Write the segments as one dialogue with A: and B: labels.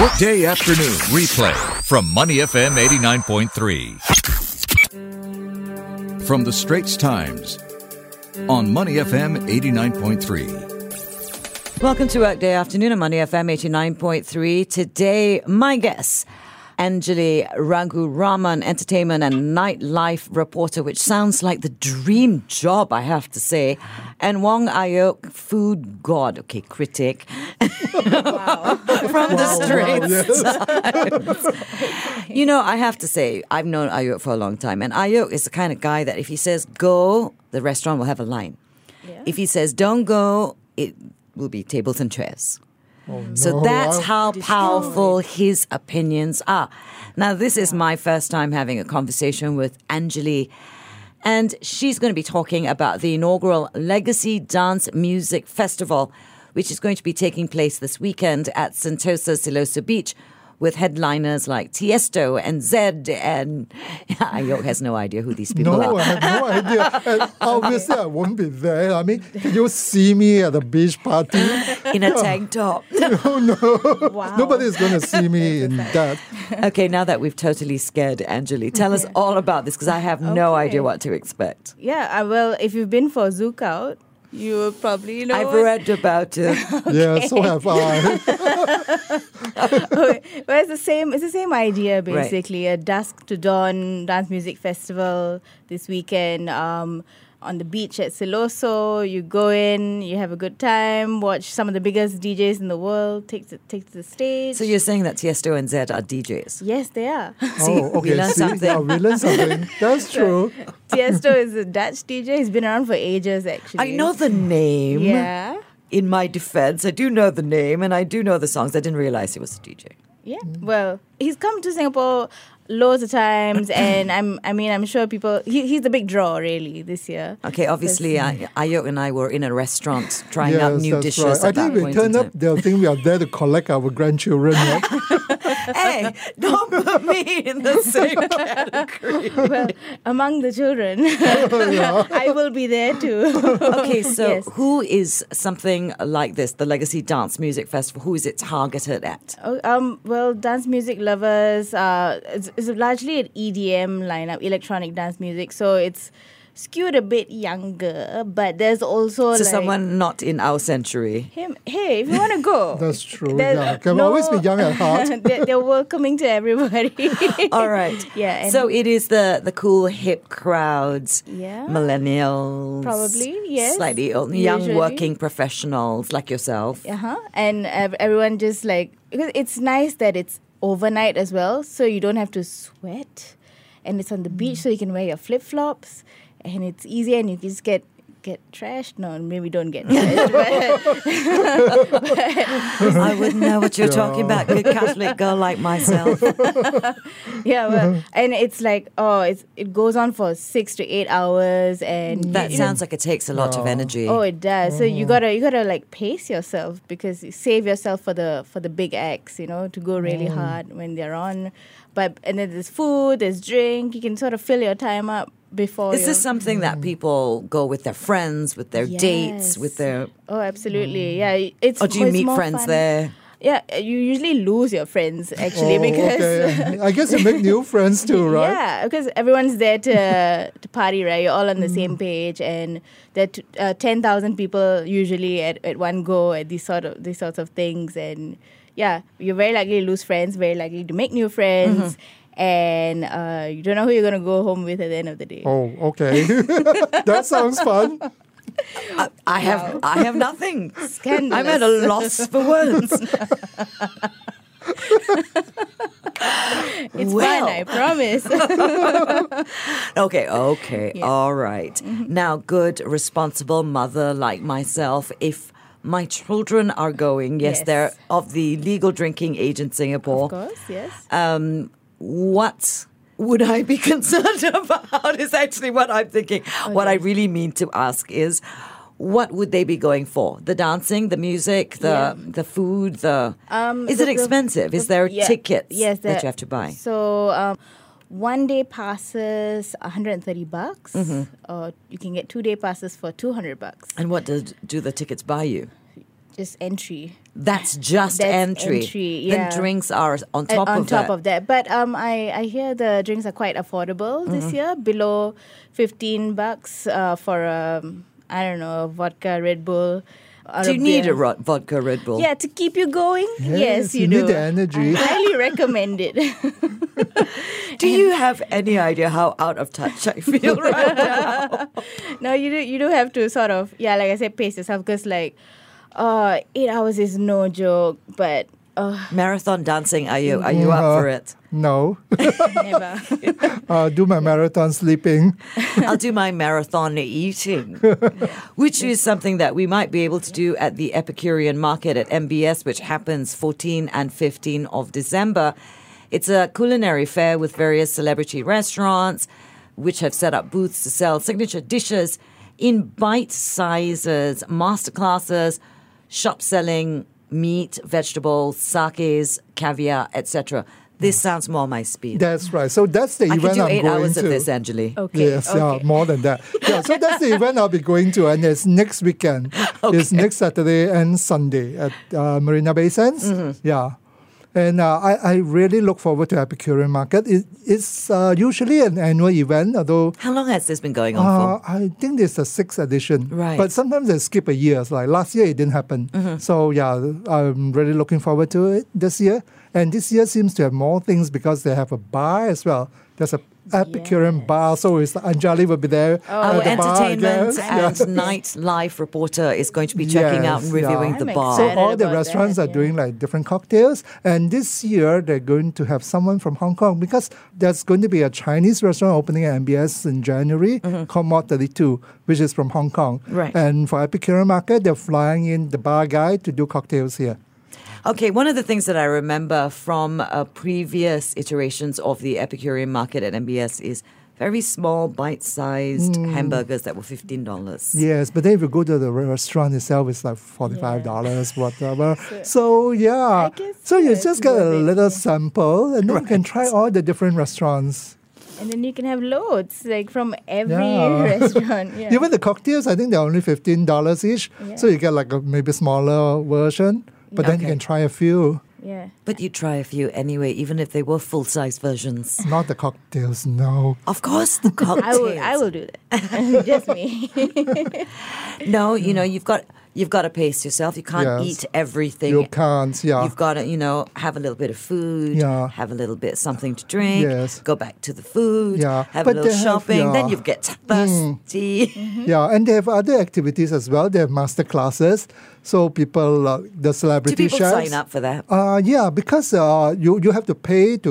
A: Workday afternoon replay from Money FM 89.3. From the Straits Times on Money FM 89.3.
B: Welcome to Workday Afternoon on Money FM 89.3. Today, my guest, Anjali Raghuraman, entertainment and nightlife reporter, which sounds like the dream job, I have to say. And Wong Ayok, food god, okay, critic. From the Straits. You know, I have to say, I've known Ayok for a long time, and Ayok is the kind of guy that if he says go, the restaurant will have a line. If he says don't go, it will be tables and chairs. so
C: Oh, no,
B: that's
C: I-
B: how powerful his opinions are. Now, this is my first time having a conversation with Anjali. And she's going to be talking about the inaugural Legacy Dance Music Festival, which is going to be taking place this weekend at Sentosa Siloso Beach with headliners like Tiesto and Zed and Ayok has no idea who these people
C: No,
B: are.
C: I have no idea. And obviously, I won't be there. I mean, can you see me at a beach party?
B: In a tank top.
D: Wow.
C: Nobody's
D: Oh.
C: going to see me in that.
B: okay, now that we've totally scared Anjali, tell us all about this because I have no
D: Okay.
B: idea what to expect.
D: Yeah, uh, well, if you've been for Zook Out, you will probably know.
B: I've
D: what-
B: read about it.
C: Yeah, so have I.
D: Well, it's the same. It's the same idea basically. A dusk to dawn dance music festival this weekend um, on the beach at Siloso. You go in, you have a good time, watch some of the biggest DJs in the world take to, take to the stage.
B: so you're saying that Tiesto and Zed are DJs?
D: yes, they are.
B: See,
C: oh,
B: we
C: okay.
B: learn
C: see,
B: something.
C: yeah, we learn something. That's true.
D: Tiesto is a Dutch DJ. He's been around for ages actually.
B: I know the name.
D: Yeah.
B: In my defense, I do know the name and I do know the songs. I didn't realize he was a DJ.
D: Yeah.
C: Mm-hmm.
D: Well, he's come to Singapore loads of times, and I'm. I mean, I'm sure people. He, he's the big draw, really, this year.
B: Okay, obviously, I, Ayok and I were in a restaurant trying out
C: Yes,
B: new
C: that's
B: dishes.
C: right.
B: At
C: I think
B: that
C: we
B: point in
C: turn
B: time.
C: up, they'll think we are there to collect our grandchildren. right?
B: Hey, don't put me in the same category.
D: well, among the children, I will be there too.
B: Okay, so
D: Yes.
B: who is something like this, the Legacy Dance Music Festival, who is it targeted at?
D: Oh, um, well, dance music lovers. Uh, it's, it's largely an EDM lineup, electronic dance music. So it's skewed a bit younger, but there's also
B: So
D: like,
B: someone not in our century.
D: Him, hey, if you want to go,
C: That's true.
D: There's
C: Yeah, can
D: no-
C: always be young at heart.
D: they're, they're welcoming to everybody.
B: All right.
D: Yeah, and-
B: So it is the the cool hip crowds.
D: Yeah.
B: Millennials.
D: Probably, yes,
B: Slightly old, young
D: usually.
B: working professionals like yourself.
D: Uh-huh. And ev- everyone just like because it's nice that it's overnight as well, so you don't have to sweat, and it's on the beach, so you can wear your flip flops, and it's easier, and you just get get trashed. No, maybe don't get trashed. but- Uh-huh.
B: I wouldn't know what you're talking about. Good Catholic girl like myself.
D: yeah, well, and it's like oh, it's it goes on for six to eight hours, and you-
B: That
D: you
B: sounds like it takes a lot of energy.
D: Oh, it does. So
C: Mm.
D: you gotta you gotta like pace yourself because you save yourself for the for the big acts, you know, to go
C: Mm.
D: really hard when they're on. But and then there's food, there's drink. You can sort of fill your time up before.
B: Is this
D: your-
B: something that people go with their friends, with their dates,
D: Mm. Yes.
B: with their.
D: Oh,
C: Mm.
D: absolutely. Yeah, it's.
B: Or Oh, do you
D: it's
B: meet
D: more
B: friends
D: fun.
B: there?
D: Yeah, you usually lose your friends actually
C: Oh,
D: because.
C: okay. I guess you make new friends too, right?
D: Yeah, because everyone's there to to party, right? You're all on the
B: Mm.
D: same page, and there are t- uh, ten thousand people usually at, at one go at these sort of these sorts of things, and yeah, you're very likely to lose friends, very likely to make new friends,
B: Mm-hmm.
D: and uh, you don't know who you're gonna go home with at the end of the day.
C: Oh, okay. that sounds fun.
B: I have I have nothing.
D: Scandalous.
B: I'm at a loss for words.
D: It's
B: well.
D: fun, I promise.
B: Okay, okay,
D: Yeah. Mm-hmm.
B: all right. Now, good, responsible mother like myself, if my children are going, yes,
D: Yes.
B: they're of the legal drinking age in Singapore.
D: of course, yes.
B: Um, what would I be concerned about is actually what I'm thinking.
D: Oh,
B: What I really mean to ask is what would they be going for? The dancing, the music, the
D: Yeah.
B: the food, the
D: Um,
B: Is
D: the-
B: it
D: the-
B: expensive? is there
D: Yeah,
B: tickets
D: yes,
B: that
D: there-
B: you have to buy?
D: So um, one day passes 130 bucks,
B: Mm-hmm.
D: or you can get two day passes for 200 bucks.
B: And what do, do the tickets buy you?
D: just entry.
B: That's just
D: That's
B: entry.
D: entry,
B: Then
D: yeah.
B: drinks are on top
D: Uh, on
B: of
D: top
B: that.
D: of that. But um, I, I hear the drinks are quite affordable this
C: Mm-hmm.
D: year, below 15 bucks uh, for, um, I don't know, a vodka, Red Bull. Or
B: Do you need a
D: beer.
B: ro- vodka Red Bull?
D: Yeah, to keep you going. Yes, you,
C: you
D: do.
C: need the energy.
D: I highly recommend it.
B: Do you have any idea how out of touch I feel right now?
D: no, you do. You do have to sort of yeah, like I said, pace yourself because like, uh, eight hours is no joke. But uh,
B: Marathon dancing, are you are you up for it?
C: No,
D: never.
C: uh, do my marathon sleeping.
B: I'll do my marathon eating, which is something that we might be able to do at the Epicurean Market at MBS, which happens 14 and 15 of December. It's a culinary fair with various celebrity restaurants, which have set up booths to sell signature dishes in bite sizes, masterclasses, shop selling meat, vegetables, sakes, caviar, etc. This sounds more my speed.
C: That's right. So that's the
B: I could
C: event
B: do
C: I'm
B: eight
C: going
B: hours
C: to.
B: of this, eh? Anjali.
D: Okay,
C: yes, yeah,
D: okay.
C: more than that. Yeah, so that's the event I'll be going to, and it's next weekend. It's next Saturday and Sunday at uh, Marina Bay Sands.
B: Mm-hmm.
C: Yeah, and uh, I, I really look forward to Epicurean Market. It, it's uh, usually an annual event, although
B: How long has this been going on for?
C: uh, I think it's the sixth edition.
B: Right. Mm-hmm.
C: But sometimes they skip a year. It's like last year it didn't happen. So yeah, I'm really looking forward to it this year. And this year seems to have more things because they have a bar as well. There's a Epicurean bar, so it's Anjali will be there.
B: Our
C: at the bar, I
B: Oh, entertainment
C: guess.
B: and nightlife reporter is going to be checking out and
C: Yes, yeah.
B: reviewing the
D: I'm
B: bar.
D: excited.
C: So all the
D: about
C: restaurants
D: that,
C: are doing like different cocktails, and this year they're going to have someone from Hong Kong because there's going to be a Chinese restaurant opening at MBS in January,
D: Mm-hmm.
C: called Mod Thirty Two, which is from Hong Kong.
B: Right.
C: And for Epicurean Market, they're flying in the bar guy to do cocktails here.
B: Okay, one of the things that I remember from uh, previous iterations of the Epicurean Market at MBS is very small, bite-sized
C: Hmm.
B: hamburgers that were fifteen dollars.
C: Yes, but then if you go to the re- restaurant itself, it's like forty-five dollars, whatever. So yeah,
D: guess
C: so you
D: it's
C: just get a
D: worth it,
C: little sample, and then you can try all the different restaurants.
D: and then you can have loads like from every
C: Yeah.
D: restaurant. Yeah.
C: Even the cocktails, I think they're only fifteen dollars each. So you get like a maybe smaller version, but then you
B: Okay.
C: can try a few.
D: yeah.
B: But you try a few anyway, even if they were full-size versions.
C: Not the cocktails, no.
B: Of course, the cocktails.
D: I will. I will do that. Just me.
B: No, you know you've got you've got to pace yourself. You can't
C: Yes.
B: eat everything.
C: You can't, yeah.
B: You've got to, you know, have a little bit of food,
C: Yeah.
B: have a little bit something to drink,
C: Yes.
B: go back to the food,
C: Yeah.
B: have
C: But
B: a little
C: they have-
B: shopping, then
C: yeah. Mm.
B: you get thirsty. Mm-hmm.
C: Yeah, and they have other activities as well. They have master classes, so people, uh, the
B: Do
C: celebrity
B: people
C: chefs.
B: sign up for that?
C: Uh, yeah, because uh, you you have to pay to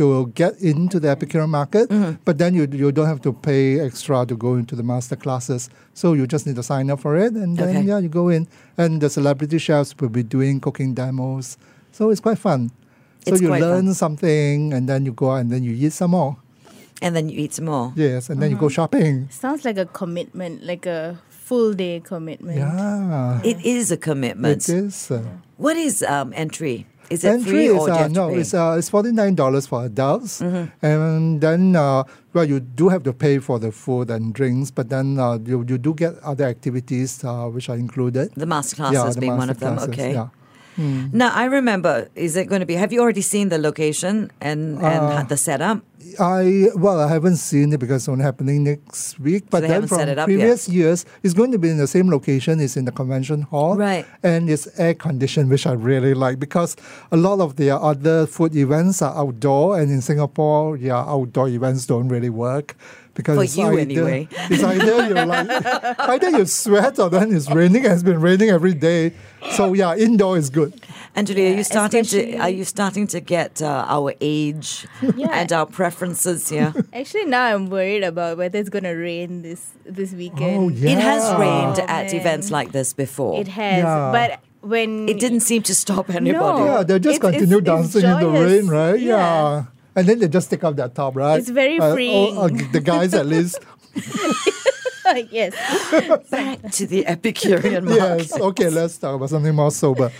C: to get into the Epicurean market,
B: Mm-hmm.
C: but then you you don't have to pay extra to go into the master classes. So you just need to sign up for it, and then
B: Okay.
C: yeah, you go in, and the celebrity chefs will be doing cooking demos. So it's quite fun. So
B: It's
C: you
B: quite
C: learn
B: fun.
C: something, and then you go out, and then you eat some more.
B: And then you eat some more.
C: Yes, and then
B: Uh-huh.
C: you go shopping.
D: Sounds like a commitment, like a full day commitment.
C: Yeah,
B: It is a commitment.
C: it is. uh,
B: What is um, entry? Is it
C: entry
B: free
C: is
B: or do you
C: uh,
B: have to
C: no,
B: pay? Mm-hmm.
C: it's uh, it's forty nine dollars for adults, and then uh, well, you do have to pay for the food and drinks, but then uh, you you do get other activities uh, which are included.
B: the masterclasses
C: the
B: being one of them.
C: masterclasses,
B: Okay.
C: yeah. Mm.
B: Now I remember. Is it going to be? Have you already seen the location and and
C: Uh,
B: the setup?
C: I well, I haven't seen it because it's only happening next week. But
B: they
C: then
B: haven't
C: from
B: set it up
C: previous years, it's going to be in the same location. It's in the convention hall,
B: Right.
C: And it's air conditioned, which I really like because a lot of the other food events are outdoor, and in Singapore, yeah, outdoor events don't really work. Because
B: For
C: it's
B: you
C: either,
B: anyway.
C: It's either you like either you sweat or then it's raining. It's been raining every day. So yeah, indoor is good.
B: Anjali, are you starting to
D: especially-
B: are you starting to get uh, our age
D: Yeah.
B: and our preferences here?
D: Actually, now I'm worried about whether it's gonna rain this this weekend.
C: Oh yeah.
B: It has rained
D: Oh,
B: at
D: man.
B: events like this before.
D: It has,
C: Yeah.
D: but when
B: It didn't seem to stop anybody.
D: No.
C: Yeah, they just
D: Oh, It's-
C: continue
D: it's- it's
C: dancing in the
D: joyous.
C: rain, right? Yeah.
D: Yeah.
C: And then they just take off their top, right?
D: It's very
C: Uh, oh,
D: freeing.
C: uh, the guys at least.
D: Oh, yes.
B: Back to the Epicurean market.
C: yes. Oh. Okay, let's talk about something more sober.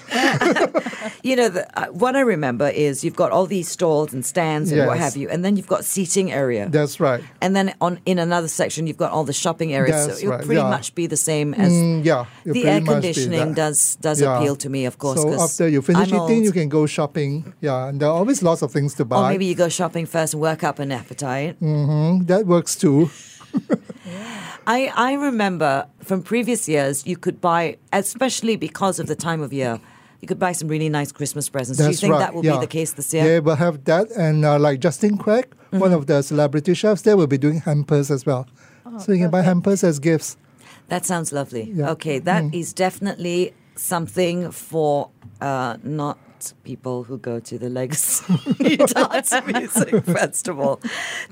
B: You know, the, uh, what I remember is you've got all these stalls and stands and what
C: Yes.
B: have you, and then you've got seating area.
C: That's right.
B: and then on in another section, you've got all the shopping areas. so
C: That's
B: it'll
C: right,
B: pretty
C: yeah.
B: much be the same as
C: Mm, yeah. it'll
B: the
C: pretty
B: air
C: much be
B: conditioning
C: that.
B: does does
C: Yeah.
B: appeal to me, of course.
C: So
B: 'cause
C: after you finish
B: I'm
C: eating, you
B: old.
C: can go shopping. Yeah, and there are always lots of things to buy.
B: Or maybe you go shopping first and work up an appetite.
C: that works too.
B: I, I remember from previous years, you could buy, especially because of the time of year, you could buy some really nice Christmas presents. Do you
C: That's
B: think
C: right.
B: that will
C: yeah.
B: be the case this
C: They
B: year? Mm-hmm.
C: will have that, and uh, like Justin Craig, one of the celebrity chefs, they will be doing hampers as well.
D: Oh,
C: so you can buy hampers as gifts.
B: That sounds lovely.
C: Yeah. Mm-hmm.
B: Okay, that is definitely something for uh, not people who go to the Legacy Dance Music Festival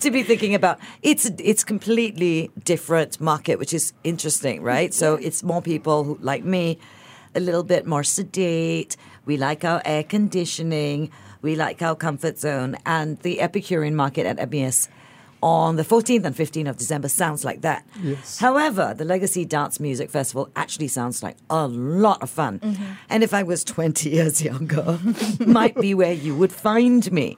B: to be thinking about. It's it's completely different market, which is interesting, right? So it's more people who, like me, a little bit more sedate. We like our air conditioning. We like our comfort zone. And the Epicurean market at MES on the 14th and 15th of December sounds like that.
C: Yes.
B: However, the Legacy Dance Music Festival actually sounds like a lot of fun. And if I was 20 years younger, might be where you would find me.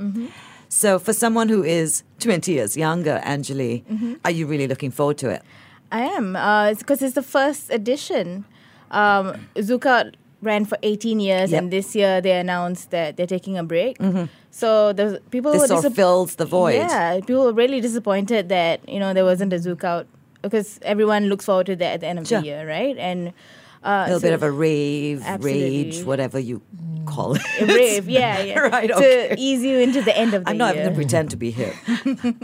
B: So, for someone who is 20 years younger, Anjali, are you really looking forward to it?
D: I am, because it's the first edition. Um, Zuka ran for 18 years,
B: Yep. Mm-hmm.
D: and this year they announced that they're taking a break. So the people
B: This
D: were
B: sort of
D: disap-
B: fills the void.
D: Yeah, people were really disappointed that you know there wasn't a Zuka out because everyone looks forward to that at the end of
B: Sure.
D: the year, right? And
B: A
D: uh,
B: little
D: so-
B: bit of a rave, rage,
D: Absolutely. Mm.
B: whatever you call it.
D: a rave, yeah, yeah,
B: Right,
D: to
B: okay.
D: ease you into the end of the
B: I'm not even
D: year.
B: going to pretend to be here.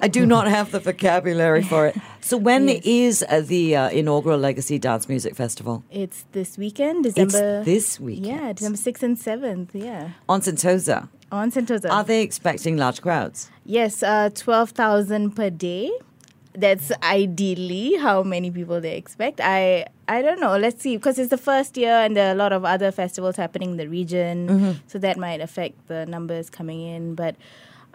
B: I do not have the vocabulary for it. So, when is uh, the uh, inaugural Legacy Dance Music Festival?
D: It's this weekend, December.
B: this weekend.
D: Yeah, December sixth and seventh. Yeah,
B: On Sentosa.
D: on Sentosa.
B: Are they expecting large crowds?
D: yes, uh, twelve thousand per day. That's ideally how many people they expect. I I don't know. Let's see, because it's the first year, and there are a lot of other festivals happening in the region,
B: Mm-hmm.
D: so that might affect the numbers coming in. But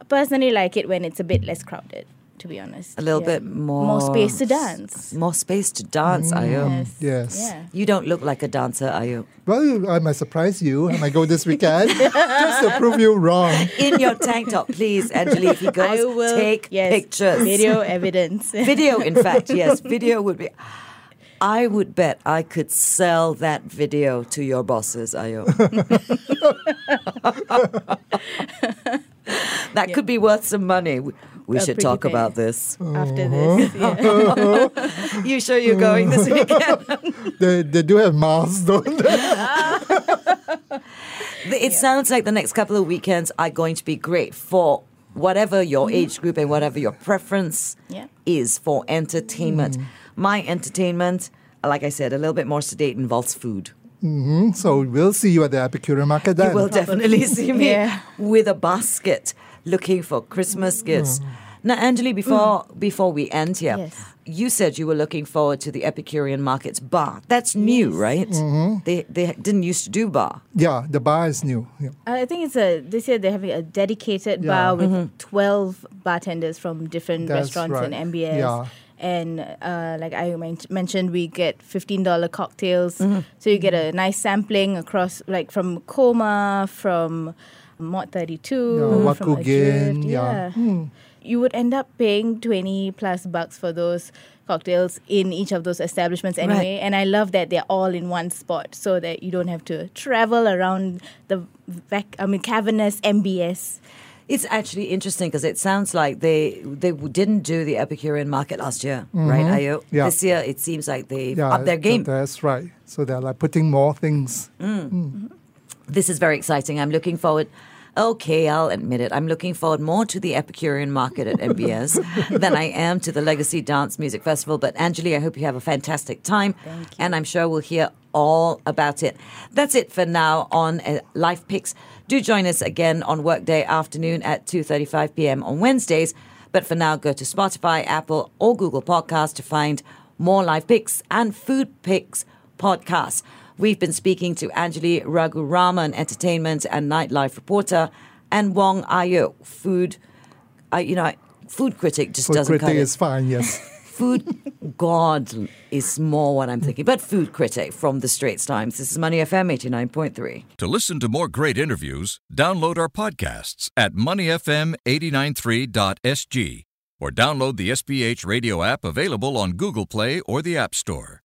D: I personally, like it when it's a bit less crowded. To be honest,
B: A little
D: Yeah.
B: bit more
D: more space to dance.
B: More space to dance, I hope.
D: Yes.
C: Yes.
D: Yeah.
B: You don't look like a dancer, I hope.
C: Well, you- I might surprise you. I might go this weekend just to prove you wrong.
B: In your tank top, please, Anjali, if you go,
D: I will
B: take
D: yes,
B: pictures.
D: video evidence.
B: Video, in fact, yes, video would be. I would bet I could sell that video to your bosses, I hope. that could be worth some money. We, we
D: A
B: should
D: pretty
B: talk
D: penny.
B: about this.
D: after this. Yeah.
B: You sure you're going
D: Mm.
B: this weekend?
C: They, they do have masks, don't they?
B: Th- It sounds like the next couple of weekends are going to be great for whatever your age group and whatever your preference
D: Mm-hmm. Yeah. Mm.
B: is for entertainment. My entertainment, like I said, a little bit more sedate involves food.
C: So we'll see you at the Epicurean market then.
B: You will definitely see me
D: Yeah.
B: with a basket looking for Christmas
C: Mm.
B: gifts. Now, Anjali, before before we end here,
D: Mm. Yes.
B: you said you were looking forward to the Epicurean Markets bar. That's new, right?
C: Mm-hmm.
B: They they didn't used to do bar.
C: yeah, the bar is new. Yeah.
D: I think it's a this year they're having a dedicated
C: Yeah.
D: bar with twelve bartenders from different
C: That's
D: restaurants and
C: right.
D: MBS.
C: Yeah.
D: And uh, like I men- mentioned, we get fifteen dollar cocktails, so you get a nice sampling across like from Coma, from Mott Thirty Two,
C: Yeah,
D: from
C: Wakugin,
D: Adrift,
C: yeah.
D: You would end up paying twenty plus bucks for those cocktails in each of those establishments anyway.
B: Right.
D: And I love that they're all in one spot so that you don't have to travel around the vac- I mean cavernous MBS.
B: It's actually interesting because it sounds like they they w- didn't do the Epicurean market last year, right? Ayo?
C: Mm-hmm. Yeah.
B: This year, it seems like they've
C: Yeah,
B: upped their
C: th-
B: game. Mm.
C: That's right. So they're like putting more things.
B: This is very exciting. I'm looking forward. Okay, I'll admit it. I'm looking forward more to the Epicurean market at MBS than I am to the Legacy Dance Music Festival. But Anjali, I hope you have a fantastic time. And I'm sure we'll hear all about it. That's it for now on uh, Life Picks. Do join us again on workday afternoon at 2.35 p.m. on Wednesdays. But for now, go to Spotify, Apple, or Google Podcasts to find more live picks and food picks podcasts. We've been speaking to Anjali Raghurama, an entertainment and nightlife reporter, and Wong Ayo, food, I you know, food critic just
C: Food
B: doesn't
C: critic
B: cut it.
C: is fine, yes.
B: food god is more what I'm thinking, but food critic from the Straits Times. This is Money FM 89.3.
A: To listen to more great interviews, download our podcasts at moneyfm893.sg or download the SBH radio app available on Google Play or the App Store.